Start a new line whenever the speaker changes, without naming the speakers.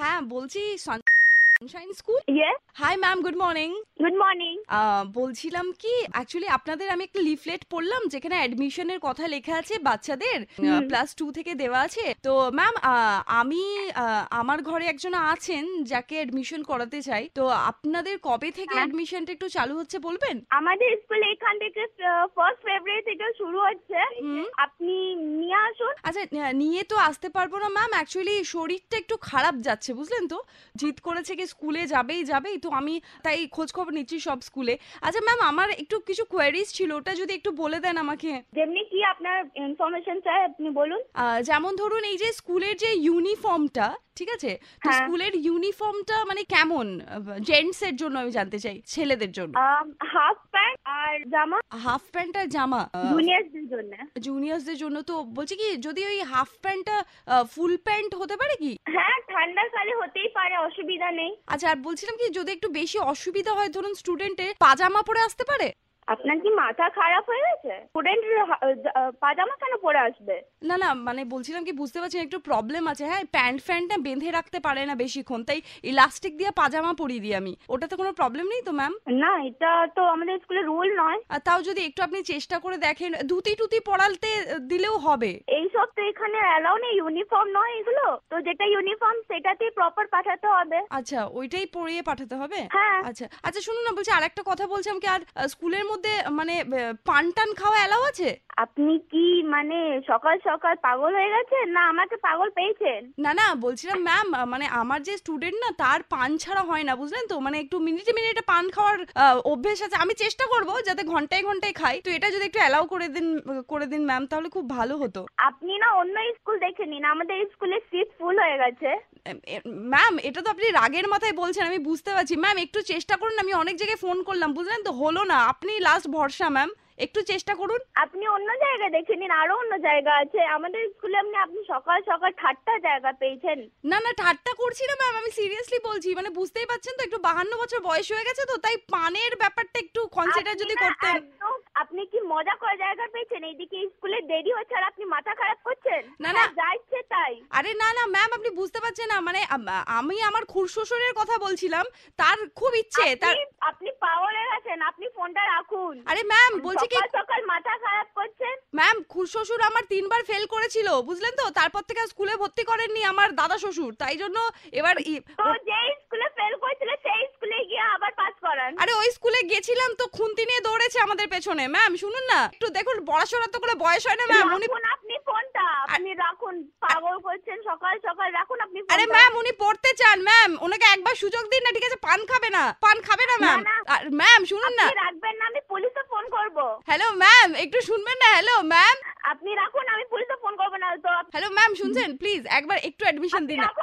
হ্যাঁ, বলছি sunshine school
yes
hi ma'am good morning
good morning
বলছিলাম কি অ্যাকচুয়ালি আপনাদের আমি একটা লিফলেট পড়লাম যেখানে অ্যাডমিশনের কথা লেখা আছে বাচ্চাদের
হুম।
ক্লাস টু থেকে দেওয়া আছে তো ম্যাম আমি আহ, আমার ঘরে একজন আছেন যাকে অ্যাডমিশন করাতে চাই তো আপনাদের কবে থেকে
হ্যাঁ।
অ্যাডমিশনটা একটু চালু হচ্ছে বলবেন
আমাদের স্কুল এখান থেকে ফার্স্ট ফেব্রুয়ারি থেকে শুরু হচ্ছে
হুম।
আপনি নিয়ে আসুন
আচ্ছা আহ, নিয়ে তো আসতে পারবো না ম্যাম অ্যাকচুয়ালি শরীরটা একটু খারাপ যাচ্ছে বুঝলেন তো জিদ করেছে কি স্কুলে যাবেই যাবেই তো আমি তাই খোঁজ খবর নিচ্ছি সব স্কুলে আচ্ছা ম্যাম আমার একটু কিছু কোয়ারিজ ছিল ওটা যদি একটু বলে দেন আমাকে
যেমনি কি আপনার ইনফরমেশন চাই আপনি বলুন
আহ, যেমন ধরুন এই যে স্কুলের যে ইউনিফর্মটা ঠিক আছে তো
হ্যাঁ।
স্কুলের ইউনিফর্মটা মানে কেমন জেন্টস এর জন্য আমি জানতে চাই ছেলেদের জন্য
হাফ প্যান্ট Um, আর জামা
হাফ প্যান্ট আর জামা
জুনিয়রদের জন্য
জুনিয়রদের জন্য তো বলছি কি যদি ওই হাফ প্যান্টটা ফুল প্যান্ট হতে পারে কি
হ্যাঁ ঠান্ডার কালে হতেই পারে অসুবিধা নেই
আচ্ছা আর বলছিলাম কি যদি একটু বেশি অসুবিধা হয় ধরুন স্টুডেন্টের পাজামা পরে আসতে পারে
আপনার কি মাথা খারাপ হয়ে গেছে স্টুডেন্ট পাজামা কেন পরে আসবে
না না মানে বলছিলাম কি বুঝতে পারছেন একটু প্রবলেম আছে হ্যাঁ প্যান্ট ফ্যান্ট না বেঁধে রাখতে পারে না বেশিক্ষণ তাই ইলাস্টিক দিয়ে পাজামা পরিয়ে দিই আমি ওটাতে কোনো প্রবলেম নেই তো ম্যাম
না এটা তো আমাদের স্কুলে রুল নয়
আর তাও যদি একটু আপনি চেষ্টা করে দেখেন ধুতি টুতি পরালতে দিলেও হবে
এইসব তো এখানে অ্যালাউ নেই ইউনিফর্ম নয় এগুলো তো যেটা ইউনিফর্ম সেটাতেই প্রপার পাঠাতে হবে
আচ্ছা ওইটাই পরিয়ে পাঠাতে হবে
হ্যাঁ
আচ্ছা আচ্ছা শুনুন না বলছি আর একটা কথা বলছিলাম কি আর আহ, স্কুলের মধ্যে মানে আহ, পান টান খাওয়া অ্যালাউ আছে
আপনি কি মানে সকাল সকাল পাগল হয়ে গেছেন না আমাকে পাগল পেয়েছেন
না না বলছিলাম ম্যাম মানে আমার যে স্টুডেন্ট না তার পান ছাড়া হয় না বুঝলেন তো মানে একটু মিনিটে মিনিটে পান খাওয়ার আহ, অভ্যেস আছে আমি চেষ্টা করব যাতে ঘন্টায় ঘন্টায় খাই তো এটা যদি একটু অ্যালাউ করে দিন করে দিন ম্যাম তাহলে খুব ভালো হতো
আপনি না অন্য স্কুল দেখে নিন আমাদের স্কুলে সিট ফুল হয়ে গেছে
ম্যাম এটা তো আপনি রাগের মাথায় বলছেন আমি বুঝতে পারছি ম্যাম একটু চেষ্টা করুন আমি অনেক জায়গায় ফোন করলাম বুঝলেন তো হলো না আপনি লাস্ট ভরসা ম্যাম একটু চেষ্টা করুন
আপনি অন্য জায়গা দেখে নিন আরো অন্য জায়গা আছে আমাদের স্কুলে আপনি আপনি সকাল সকাল ঠাট্টা জায়গা পেয়েছেন
না না ঠাট্টা করছি না ম্যাম আমি সিরিয়াসলি বলছি মানে বুঝতেই পারছেন তো একটু বাহান্ন বছর বয়স হয়ে গেছে তো তাই পানের ব্যাপারটা একটু কনসিডার
আপনি
যদি
না
করতেন
একদম আপনি কি মজা করে জায়গা পেয়েছেন এইদিকে স্কুলে দেরি হচ্ছে আর আপনি মাথা খারাপ করছেন
না, না।
হ্যাঁ, যা ইচ্ছে তাই
আরে না না ম্যাম আপনি বুঝতে পারছেন না মানে আম- আমি আমার খুড়শ্বশুরের কথা বলছিলাম তার খুব ইচ্ছে তার
আপনি- আপনি পাওয়ার গেছেন আপনি ফোনটা রাখুন
আরে ম্যাম বলছি কি
সকাল সকাল মাথা খারাপ করছেন
ম্যাম খুড়শ্বশুর আমার তিনবার ফেল করেছিল বুঝলেন তো তারপর থেকে আর স্কুলে ভর্তি করেননি আমার দাদা শ্বশুর তাই জন্য এবার ই-
তো
ও-
যে স্কুলে ফেল করেছিল সেই স্কুলে গিয়ে আবার পাস করান
আরে ওই স্কুলে গেছিলাম তো খুন্তি নিয়ে দৌড়েছে আমাদের পেছনে ম্যাম শুনুন না একটু দেখুন পড়াশোনা তো করে বয়স হয় না ম্যাম উনি
রাখুন আপনি ফোনটা আপনি রাখুন পাগল করছেন সকাল সকাল রাখুন আপনি
আরে
ফোনটা।
ম্যাম উনি পড়তে চান ম্যাম ওনাকে একবার সুযোগ দিন না ঠিক আছে পান খাবে না পান খাবে না ম্যাম
না।
আর ম্যাম শুনুন না
আপনি রাখবেন না আমি পুলিশে ফোন করব
হ্যালো ম্যাম একটু শুনবেন না হ্যালো ম্যাম
আপনি রাখুন আমি পুলিশে ফোন করব না তো আপ-
হ্যালো ম্যাম শুনছেন প্লিজ একবার একটু অ্যাডমিশন
আপনি
দিন না।
রাখুন